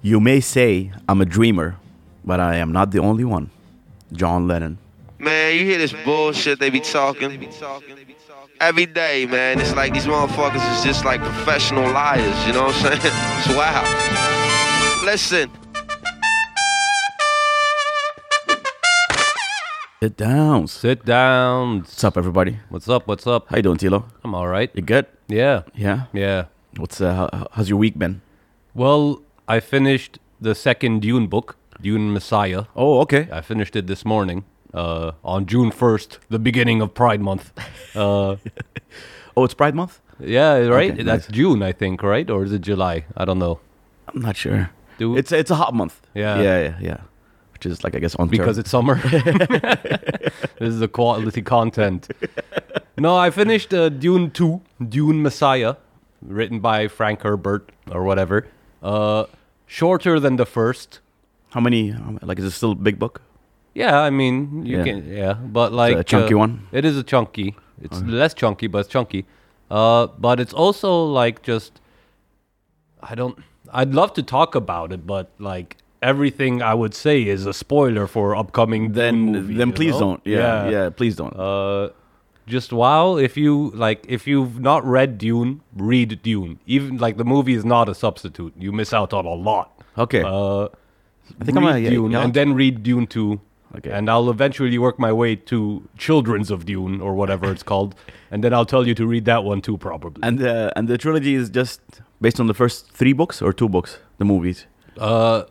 You may say I'm a dreamer, but I am not the only one. John Lennon. Man, you hear this bullshit they be talking every day, man. It's like these motherfuckers is just like professional liars, you know what I'm saying? It's wow. Listen. Sit down. Sit down. What's up, everybody? What's up? What's up? How you doing, Tilo? I'm all right. You good? Yeah. Yeah. Yeah. What's uh, how, how's your week been? Well, I finished the second Dune book, Dune Messiah. Oh, okay. I finished it this morning uh, on June 1st, the beginning of Pride Month. Uh, oh, it's Pride Month? Yeah, right? Okay, That's nice. June, I think, right? Or is it July? I don't know. I'm not sure. Do it's, it's a hot month. Yeah. Yeah, yeah, yeah. Which is, like, I guess, on Because term. it's summer. this is the quality content. No, I finished uh, Dune 2, Dune Messiah, written by Frank Herbert or whatever. Uh, shorter than the first. How many? Like, is it still a big book? Yeah, I mean, you Yeah. can, yeah, but like a chunky uh, one? Uh. It is a chunky. It's less chunky, but it's chunky. Uh, but it's also like just, I don't. I'd love to talk about it, but like everything I would say is a spoiler for upcoming. Then, movie, then you please know? don't. Oh, Yeah, yeah, please don't. Uh, just wow! If you like, if you've not read Dune, read Dune. Even like the movie is not a substitute. You miss out on a lot. okay. Uh, I think I'm read gonna- yeah, Dune yeah. and then read Dune 2. Okay. And I'll eventually work my way to Children's of Dune or whatever it's called. And then I'll tell you to read that one too, probably. and the and the trilogy is just based on the first three books or two books. The movies. uh,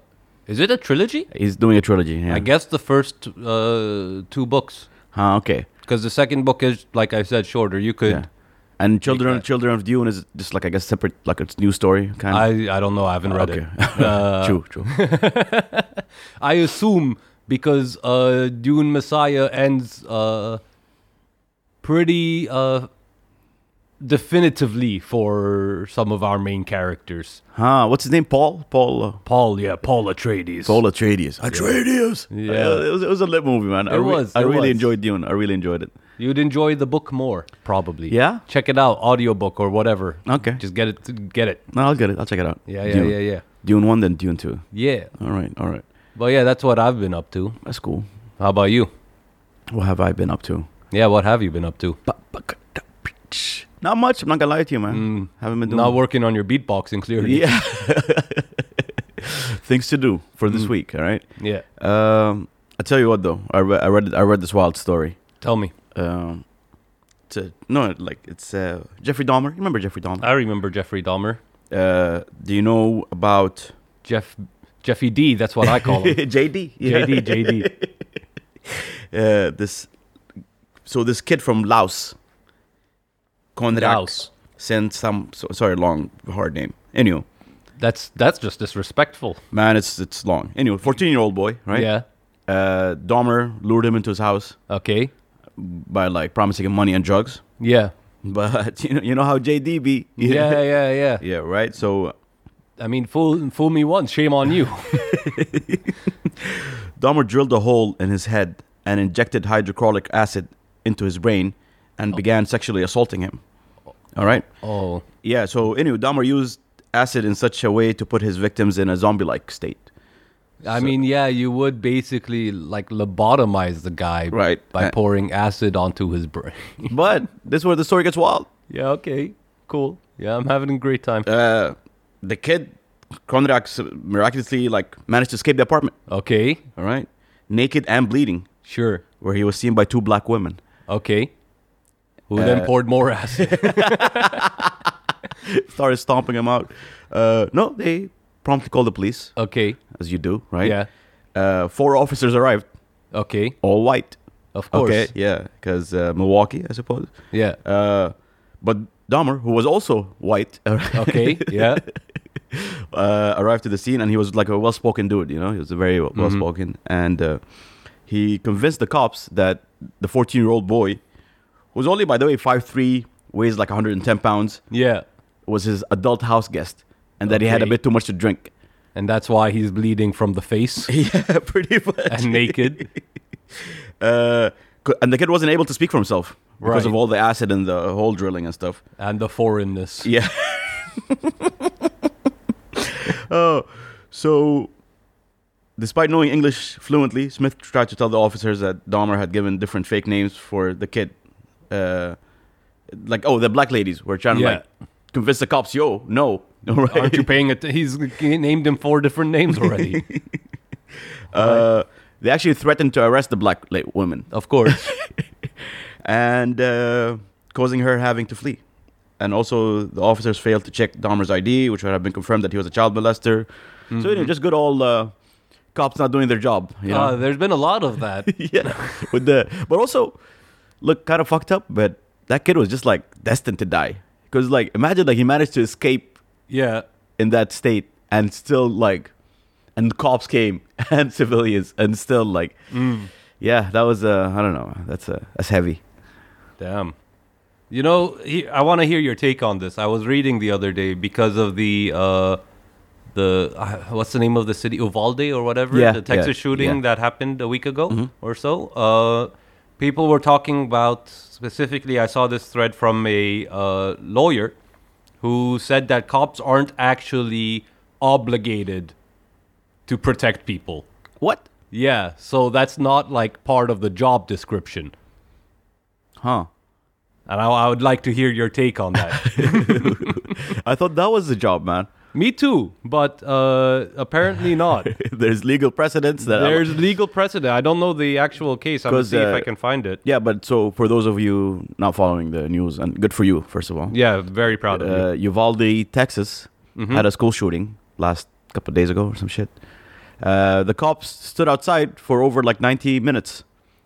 is it a trilogy? He's doing a trilogy. Yeah. I guess the first uh, two books. Ah, okay. Because the second book is, like I said, shorter. You could. Yeah. And children, that. children of Dune is just like I guess separate, like it's new story kind of. I, I don't know. I haven't read okay. it. Uh, true, true. I assume because uh, Dune Messiah ends uh, pretty uh, definitively for some of our main characters. Huh? What's his name? Paul. Paul. Uh, Paul, yeah, Paul Atreides. Paul Atreides. Atreides. Yeah. Uh, it was it was a lit movie, man. I It re- was, I it really was. enjoyed Dune. I really enjoyed it. You'd enjoy the book more, probably. Yeah? Check it out, audiobook or whatever. Okay. Just get it. Get it. No, I'll get it. I'll check it out. Yeah, yeah, Dune. yeah, yeah. Dune one, then Dune two. Yeah. All right, all right. But yeah, that's what I've been up to. That's cool. How about you? What have I been up to? Yeah, what have you been up to? Not much. I'm not gonna lie to you, man. Haven't been doing. Mm. Not working on your beatboxing, clearly. Yeah. Things to do for this Mm. week. All right. Yeah. Um, I tell you what though, I, re- I read I read this wild story. Tell me. Um, it's a, no, like it's uh, Jeffrey Dahmer. You remember Jeffrey Dahmer? I remember Jeffrey Dahmer. Uh, do you know about Jeff Jeffy D. That's what I call him. JD? JD JD. Uh, this so this kid from Laos, Kondrak, Laos. sent some so, sorry long hard name. Anyway, That's that's just disrespectful. man, it's it's long. Anyway, fourteen year old boy, right? Yeah. Uh, Dahmer lured him into his house Okay. by like promising him money and drugs. Yeah. But you know, you know how JD be. Yeah, yeah, yeah. Yeah, right. So I mean, fool fool me once, shame on you. Dahmer drilled a hole in his head and injected hydrochloric acid into his brain and began sexually assaulting him. All right. oh. Yeah. So anyway, Dahmer used acid in such a way to put his victims in a zombie-like state. I mean, yeah, you would basically like lobotomize the guy Right. by Uh, pouring acid onto his brain. But this is where the story gets wild. yeah, okay. Cool. Yeah, I'm having a great time. Uh, the kid, Konrak, miraculously like managed to escape the apartment. Okay. All right. Naked and bleeding, Sure. where he was seen by two black women. Okay. Who then Uh, poured more acid? Started stomping him out. Uh, no, they promptly called the police, okay. as you do, right? Yeah. Uh, four officers arrived. Okay. all white. Of course. Okay, yeah, because uh, Milwaukee, I suppose. Yeah. Uh, but Dahmer, who was also white, Okay. Yeah. uh, arrived to the scene, and he was like a well-spoken dude. You know, he was very Mm-hmm. well- well-spoken, and uh, he convinced the cops that the 14-year-old boy, who was only, by the way, 5'3", weighs like 110 pounds, Yeah. was his adult house guest, and that he had a Okay. bit too much to drink. And that's why he's bleeding from the face yeah, pretty much. and naked. Uh, co- and the kid wasn't able to speak for himself because Right. of all the acid and the hole drilling and stuff. and the foreignness. Yeah. oh, So, despite knowing English fluently, Smith tried to tell the officers that Dahmer had given different fake names for the kid. Uh, like, oh, the black ladies were trying Yeah. to like convince the cops, yo, no. Right? Aren't you paying it? He's he named him four different names already. Uh, they actually threatened to arrest the black la- woman of course. and uh, causing her having to flee. And also, the officers failed to check Dahmer's ID, which would have been confirmed that he was a child molester. So, you know, just good old uh, cops not doing their job. You know? Uh, there's been a lot of that. yeah, with the but also look kind of fucked up. But that kid was just like destined to die because like imagine like he managed to escape Yeah. in that state and still like and cops came and civilians and still like yeah that was uh I don't know that's uh that's heavy. Damn. You know, he, I want to hear your take on this. I was reading the other day because of the uh, the uh, what's the name of the city Uvalde or whatever Yeah, the Texas yeah, shooting yeah. Mm-hmm. that happened a week ago or so. Uh, people were talking about specifically. I saw this thread from a uh, lawyer who said that cops aren't actually obligated to protect people. What? Yeah, so that's not like part of the job description. Huh? And I, I would like to hear your take on that. I thought that was the job, man. Me too, but uh, apparently not. There's legal precedents that There's legal precedent. I don't know the actual case. I'm gonna 'Cause, see if uh, I can find it. yeah, but so for those of you not following the news, and good for you, first of all. Yeah, very proud of uh, Uvalde, Texas, Mm-hmm. had a school shooting last couple of days ago or some shit. Uh, the cops stood outside for over like 90 minutes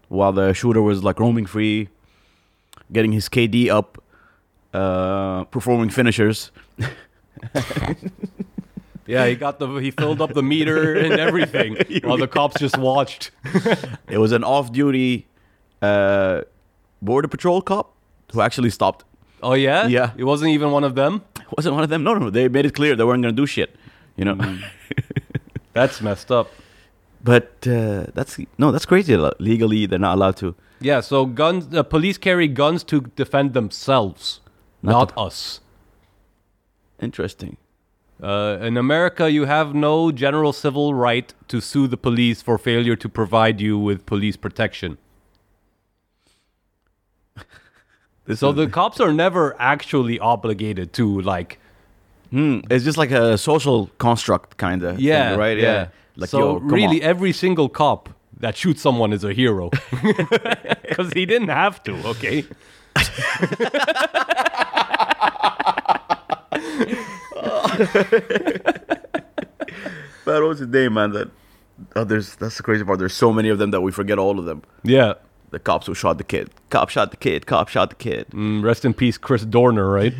while the shooter was like roaming free, getting his KD up, uh, performing finishers. you. Yeah, he got the he filled up the meter and everything while the cops just watched. It was an off duty uh, border patrol cop who actually stopped. Oh yeah, Yeah. It wasn't even one of them. Wasn't one of them? No, no, they made it clear they weren't going to do shit, you know? Mm-hmm. That's messed up. but uh, that's no, that's crazy. Legally, they're not allowed to. Yeah, so guns. Uh, police carry guns to defend themselves, Not not us. Interesting. Uh, in America, you have no general civil right to sue the police for failure to provide you with police protection. This So is- the cops are never actually obligated to like Hmm. It's just like a social construct, kind of. yeah right. Like, Like, so yo, come really, on. every single cop that shoots someone is a hero because he didn't have to. Okay. eh That was the day, man. That oh, there's that's the crazy part. There's so many of them that we forget all of them. Yeah. The cops who shot the kid. Cop shot the kid. Cop shot the kid. Mm, rest in peace, Chris Dorner. Right.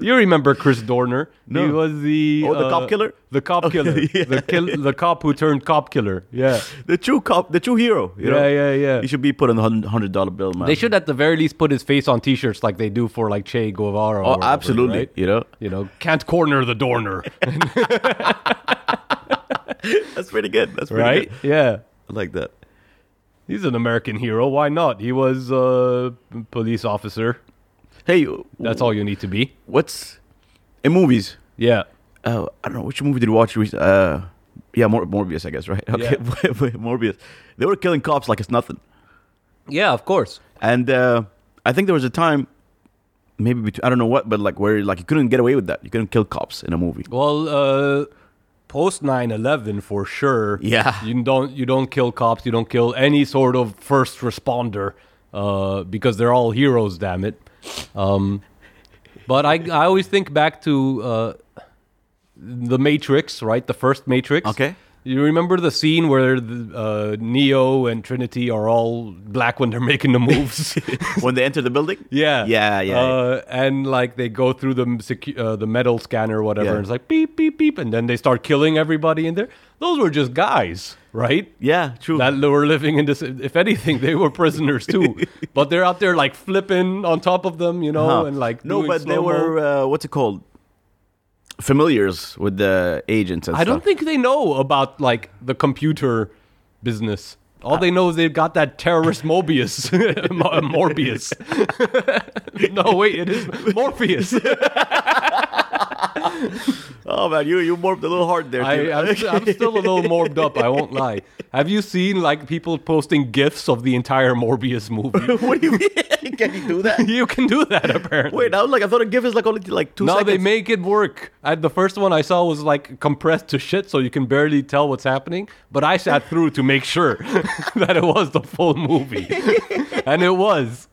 You remember Chris Dorner? He No. was the uh, Oh, the cop killer? The cop Okay, killer. yeah. The kill, the cop who turned cop killer. Yeah. the true cop. The true hero. You know? Yeah, yeah, yeah. He should be put on the hundred dollar bill, man. They should at the very least put his face on T-shirts like they do for like Che Guevara. or Oh, whatever, absolutely. right? You know, You know, can't corner the Dorner, that's pretty good. That's pretty right? good. yeah. I like that. He's an American hero. Why not? He was a police officer. Hey, That's all you need to be. what's in movies? Yeah. uh, I don't know which movie did you watch. rec- Uh, yeah, Mor- Morbius, I guess, right? Okay, Yeah. Morbius. They were killing cops like it's nothing, Yeah, of course. and uh, I think there was a time, maybe between, I don't know what, but like where like you couldn't get away with that. You couldn't kill cops in a movie. Well, uh post 9/11 for sure. Yeah. You don't you don't kill cops, you don't kill any sort of first responder uh because they're all heroes, damn it. Um but I I always think back to uh the Matrix, right? The first Matrix. Okay. You remember the scene where the, uh, Neo and Trinity are all black when they're making the moves? when they enter the building, Yeah. yeah, yeah. Uh, and like they go through the m- secu- uh, the metal scanner or whatever, Yeah. and it's like beep beep beep, and then they start killing everybody in there. Those were just guys, right? yeah, true. That were living in this. If anything, they were prisoners too. but they're out there like flipping on top of them, you know, Huh. and like Uh-huh. no, doing but they slow-mo. were uh, what's it called? Familiars with the agents. And I don't stuff. think they know about like the computer business. All they know is they've got that terrorist Mobius, Mo- Morbius. no, wait, it is Morpheus. Oh man, you you warped a little hard there. I, too. I'm, st- I'm still a little morbed up. I won't lie. Have you seen like people posting gifs of the entire Morbius movie? what do you mean? Can you do that? you can do that apparently. Wait, I was like, I thought a GIF is like only like two no, seconds. they make it work. I, the first one I saw was like compressed to shit, so you can barely tell what's happening. But I sat through to make sure that it was the full movie, and it was.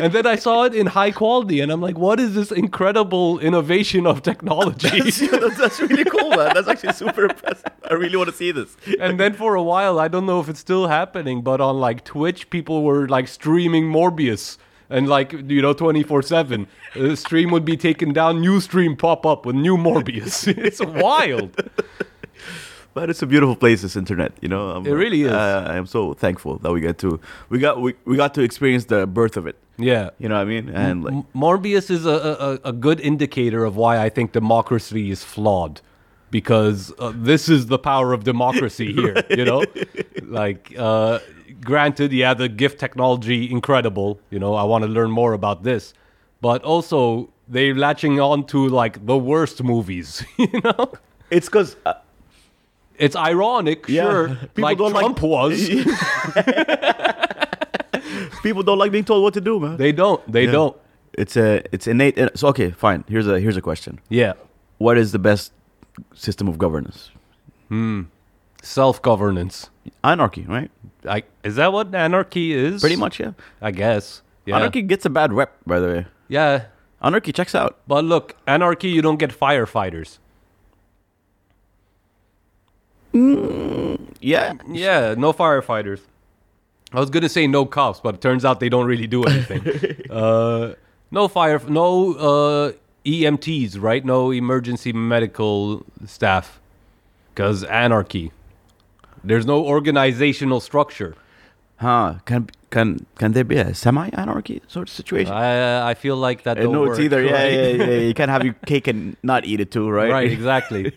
And then I saw it in high quality, and I'm like, "What is this incredible innovation of technology?" that's, that's really cool, man. That's actually super impressive. I really want to see this. and then for a while, I don't know if it's still happening, but on like Twitch, people were like streaming Morbius. And like you know, twenty four seven, the stream would be taken down. New stream pop up with new Morbius. it's wild. But it's a beautiful place, this internet. You know, I'm, It really is. Uh, I am so thankful that we get to we got we, we got to experience the birth of it. Yeah, You know what I mean? And like, M- Morbius is a, a a- a good indicator of why I think democracy is flawed, because uh, this is the power of democracy here. You know, like uh, granted, yeah, the gift technology incredible. You know, I want to learn more about this, but also they're latching on to like the worst movies. You know, it's because it's ironic, Yeah, sure, people like don't like- Trump was. people don't like being told what to do, man. They don't. They Yeah. don't. It's a it's innate. So okay, fine. Here's a here's a question. Yeah, What is the best system of governance? self governance. Anarchy, right? Like, is that what anarchy is? Pretty much, yeah. I guess. Yeah. Anarchy gets a bad rep, by the way. Yeah. Anarchy checks out. But look, anarchy, you don't get firefighters. Yeah. Yeah, no firefighters. I was gonna say no cops, but it turns out they don't really do anything. uh, no fire, no uh, EMTs, right? No emergency medical staff, because anarchy. There's no organizational structure. Huh. Can can can there be a semi anarchy sort of situation? I I feel like that. Uh, Uh, Don't no, work, it's either. Yeah, right? yeah, yeah. You can't have your cake and not eat it too, right? right, exactly.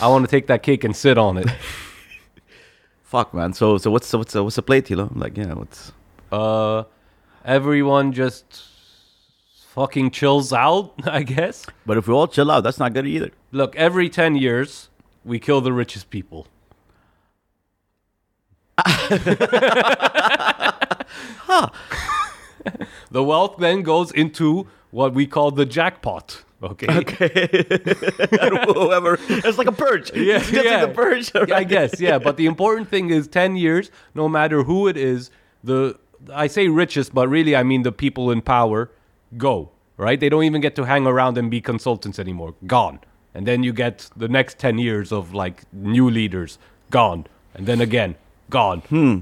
I want to take that cake and sit on it. Fuck, man. So, so what's uh, what's what's the plate, you know? Like, yeah, what's uh everyone just fucking chills out i guess But if we all chill out, that's not good either. look every 10 years we kill the richest people the wealth then goes into what we call the jackpot okay, Whoever, it's like a purge. Yeah, it's just yeah. like a purge. Yeah, I right? guess, yeah. But the important thing is 10 years, no matter who it is, the I say richest, but really I mean the people in power go, right? They don't even get to hang around and be consultants anymore. Gone. And then you get the next 10 years of like new leaders, gone. And then again, gone. Hmm.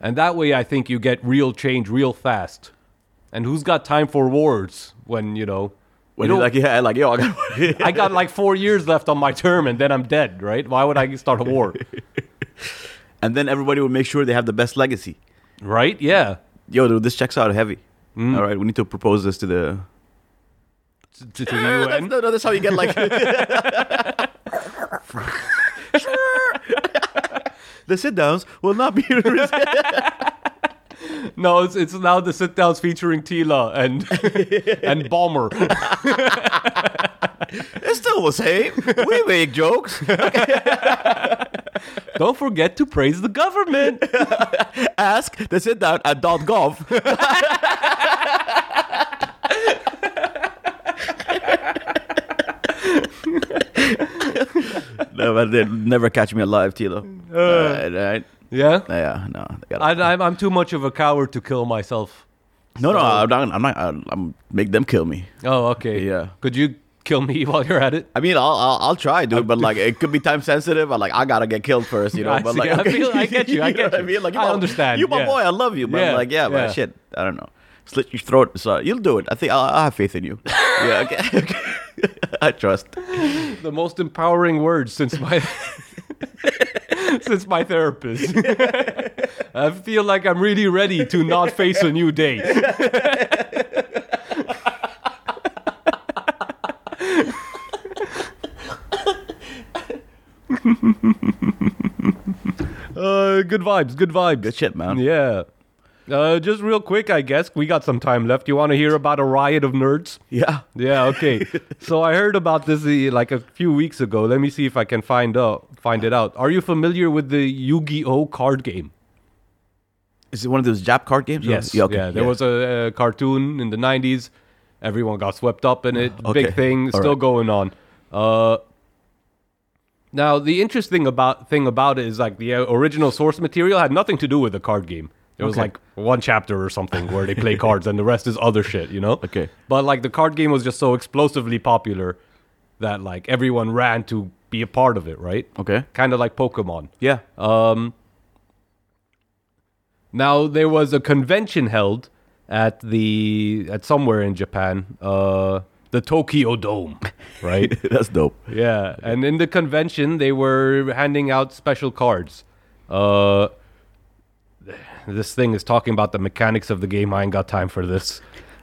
And that way I think you get real change real fast. And who's got time for wars when, you know, When you you're know- like, yeah, like yo, I got I got like four years left on my term and then I'm dead, right? Why would I start a war? and then everybody will make sure they have the best legacy. Right? Yeah. Yo, dude, this checks out heavy. All right, we need to propose this to the. To, to the UN. no, no, that's how you get like. the sit downs will not be. No, it's, it's now the sit downs featuring Tila and and Bomber. It's still the same. We make jokes Don't forget to praise the government. ask the sit down at dot gov. never, they never catch me alive, Tilo. Alright, alright. Yeah. Yeah, no. they gotta- I, I'm, I'm too much of a coward to kill myself. no, no, I'm not. I'm not. I'm, I'm make them kill me. Oh, okay. Yeah. Could you kill me while you're at it? I mean, I'll, I'll, I'll try, dude, but like, it could be time sensitive. I like, I gotta get killed first, you know. I but see. like, I feel- I get you, I know get what you. mean, like, I my- understand, You, my yeah. boy, I love you, but Yeah, like, yeah, yeah. but shit, I don't know. Slit your throat. So you'll do it. I think I'll, I have faith in you. yeah, okay. okay. I trust. The most empowering words since my since my therapist. I feel like I'm really ready to not face a new day. Uh, good vibes, good vibes. Uh, Good shit, man. Yeah. Uh, just real quick, I guess we got some time left. You want to hear about a riot of nerds? Yeah. Yeah, okay. so I heard about this uh, like a few weeks ago. Let me see if I can find out find it out. Are you familiar with the Yu-Gi-Oh card game? Is it one of those Jap card games? or- Yes. Yeah, okay. yeah, there was a, uh cartoon in the 90s. Everyone got swept up in it. Okay. Big thing All still right. going on. Uh, now, the interesting about thing about it is like the uh, original source material had nothing to do with the card game. There was Okay. like one chapter or something where they play cards and the rest is other shit, you know? Okay. But like the card game was just so explosively popular that like everyone ran to be a part of it, right? Okay. Kind of like Pokemon. Yeah. Now there was a convention held at the at somewhere in Japan, uh, the Tokyo Dome, right? That's dope. yeah, and in the convention they were handing out special cards. Uh, this thing is talking about the mechanics of the game. I ain't got time for this,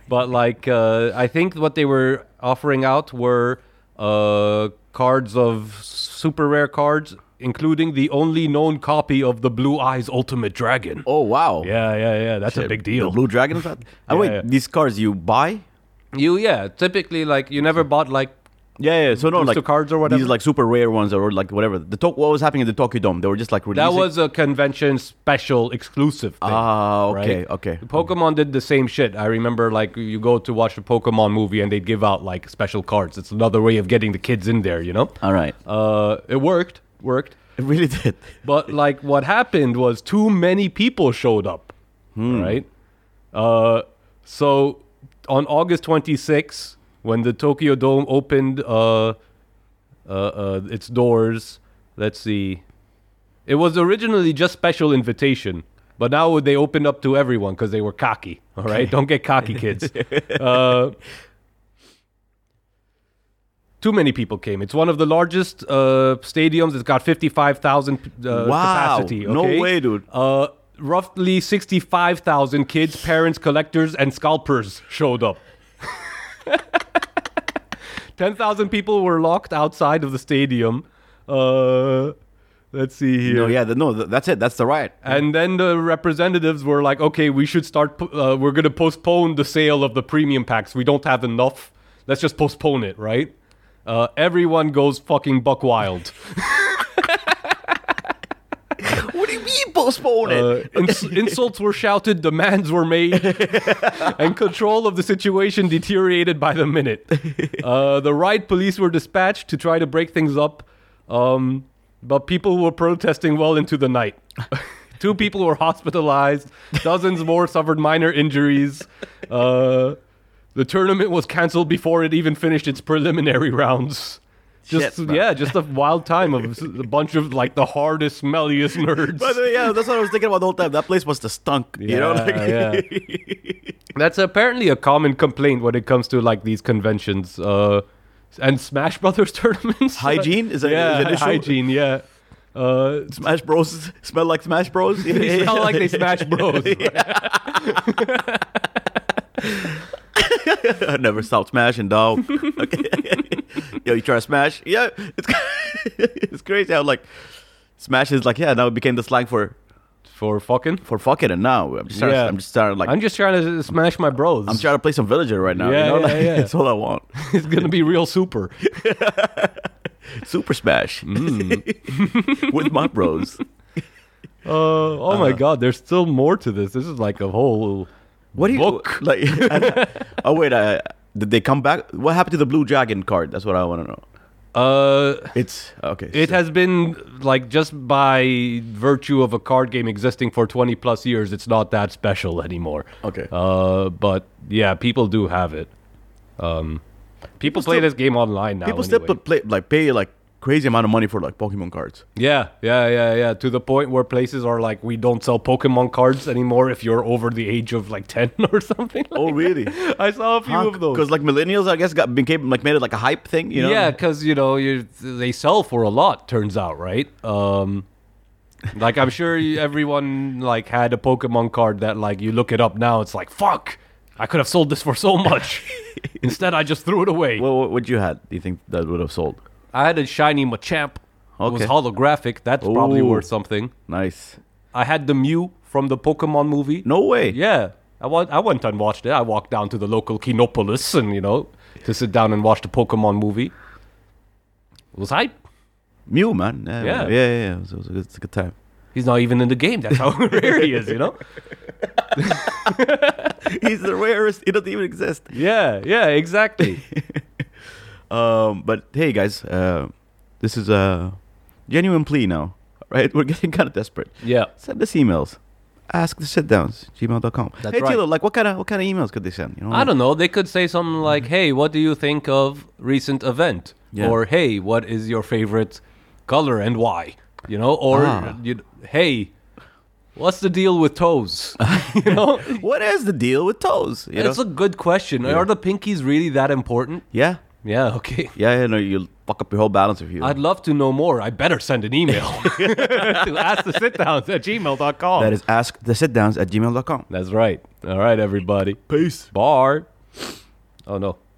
but like uh, I think what they were offering out were uh, cards of super rare cards, including the only known copy of the Blue Eyes Ultimate Dragon. Oh wow. Yeah, yeah, yeah. That's a big deal. The blue dragon is that? And wait, yeah. these cards you buy? you yeah, typically like you never bought like Yeah, yeah. So no, Booster like cards or whatever? These like super rare ones or like whatever. The to- what was happening at the Tokyo Dome? They were just like that releasing. was a convention special exclusive thing. ah okay right? okay. Pokemon did the same shit. I remember like you go to watch the Pokemon movie and they'd give out like special cards. It's another way of getting the kids in there, you know? All right. Uh it worked. Worked. It really did. But like what happened was too many people showed up. Hmm. Right? Uh so on August 26, when the Tokyo Dome opened uh uh, uh its doors, let's see. It was originally just special invitation, but now they opened up to everyone because they were cocky. All right, don't get cocky, kids. uh, too many people came. It's one of the largest uh, stadiums. It's got fifty-five thousand uh, Wow. capacity. No okay? way, dude. Uh, roughly sixty-five thousand kids, parents, collectors, and scalpers showed up. 10,000 people were locked outside of the stadium. Uh, let's see here. No, yeah, the, no, th- that's it. That's the riot. And then the representatives were like, okay, we should start, po- uh, we're going to postpone the sale of the premium packs. We don't have enough. Let's just postpone it, right? Uh, everyone goes fucking buck wild. What do you mean postpone it? Uh, ins- insults were shouted, demands were made, and control of the situation deteriorated by the minute. Uh, the riot police were dispatched to try to break things up, um, but people were protesting well into the night. Two people were hospitalized, dozens more suffered minor injuries. Uh, the tournament was canceled before it even finished its preliminary rounds. Just Shit, man. yeah, just a wild time of s- a bunch of like the hardest, smelliest nerds. By the way, yeah, that's what I was thinking about the whole time. That place must have stunk. you know, Yeah, like, That's apparently a common complaint when it comes to like these conventions uh, and Smash Brothers tournaments. Hygiene? Is that- is yeah, that an issue? hygiene. Yeah, uh, Smash Bros. Smell like Smash Bros. they sound like they Smash Bros. I never stopped smashing, dog. Okay. Yo, you try to smash? Yeah, it's it's crazy how like smash is like yeah now it became the slang for for fucking. for fuck it and now I'm just trying, Yeah. I'm just trying to like I'm I'm, just trying to smash my bros. trying to play some villager right now. Yeah, you know? yeah, Like, yeah. That's all I want. it's gonna be real super. Super smash Mm. with my bros. Uh, oh Uh-huh. my god, there's still more to this. This is like a whole. What do you Book. like? oh wait, uh, did they come back? What happened to the blue dragon card? That's what I want to know. Uh, It's okay. It so- has been like just by virtue of a card game existing for 20 plus years, it's not that special anymore. Okay. Uh, but yeah, people do have it. Um, people, play still- this game online now. people still anyway. put play like pay like crazy amount of money for like Pokemon cards. Yeah, yeah, yeah, yeah. To the point where places are like, we don't sell Pokemon cards anymore if you're over the age of like 10 or something. Like Oh really? that. I saw a few of those. Because like millennials, I guess, got became like made it like a hype thing. You know? Yeah, because you know you they sell for a lot. Turns out, right? Um, like I'm sure you- everyone like had a Pokemon card that like you look it up now, it's like fuck, I could have sold this for so much. Instead, I just threw it away. Well, what would you had? Do you think that would have sold? I had a shiny Machamp. It was Okay. holographic. That's probably Ooh. worth something. Nice. I had the Mew from the Pokemon movie. No way. Yeah. I, wa- I went and watched it. I walked down to the local Kinopolis and, you know, to sit down and watch the Pokemon movie. It was hype. Mew, man. Yeah, Yeah. yeah, yeah. yeah. It, was, it was a good, it's a good time. He's not even in the game. That's how rare he is, you know? He's the rarest. He doesn't even exist. Yeah, yeah, exactly. Um, but hey, guys, uh, this is a genuine plea now, right? We're getting kind of desperate. Yeah. Send us emails. Ask the shitdowns, gmail.com. That's hey, right. Tilo, like what kind of what kind of emails could they send? You know, I don't know. They could say something like, "Hey, what do you think of recent event?" Mm-hmm. Yeah. Or, "Hey, what is your favorite color and why?" You know, or Ah. you, "Hey, what's the deal with toes?" you know? What is the deal with toes? You It's know? a good question. Are the pinkies really that important? yeah, Yeah, okay. yeah, yeah. No, you'll fuck up your whole balance if you. I'd love to know more. I better send an email to ask the sit downs at gmail.com. that is ask the shitdowns at gmail.com. That's right. All right, everybody. Peace. Bar. Oh, no.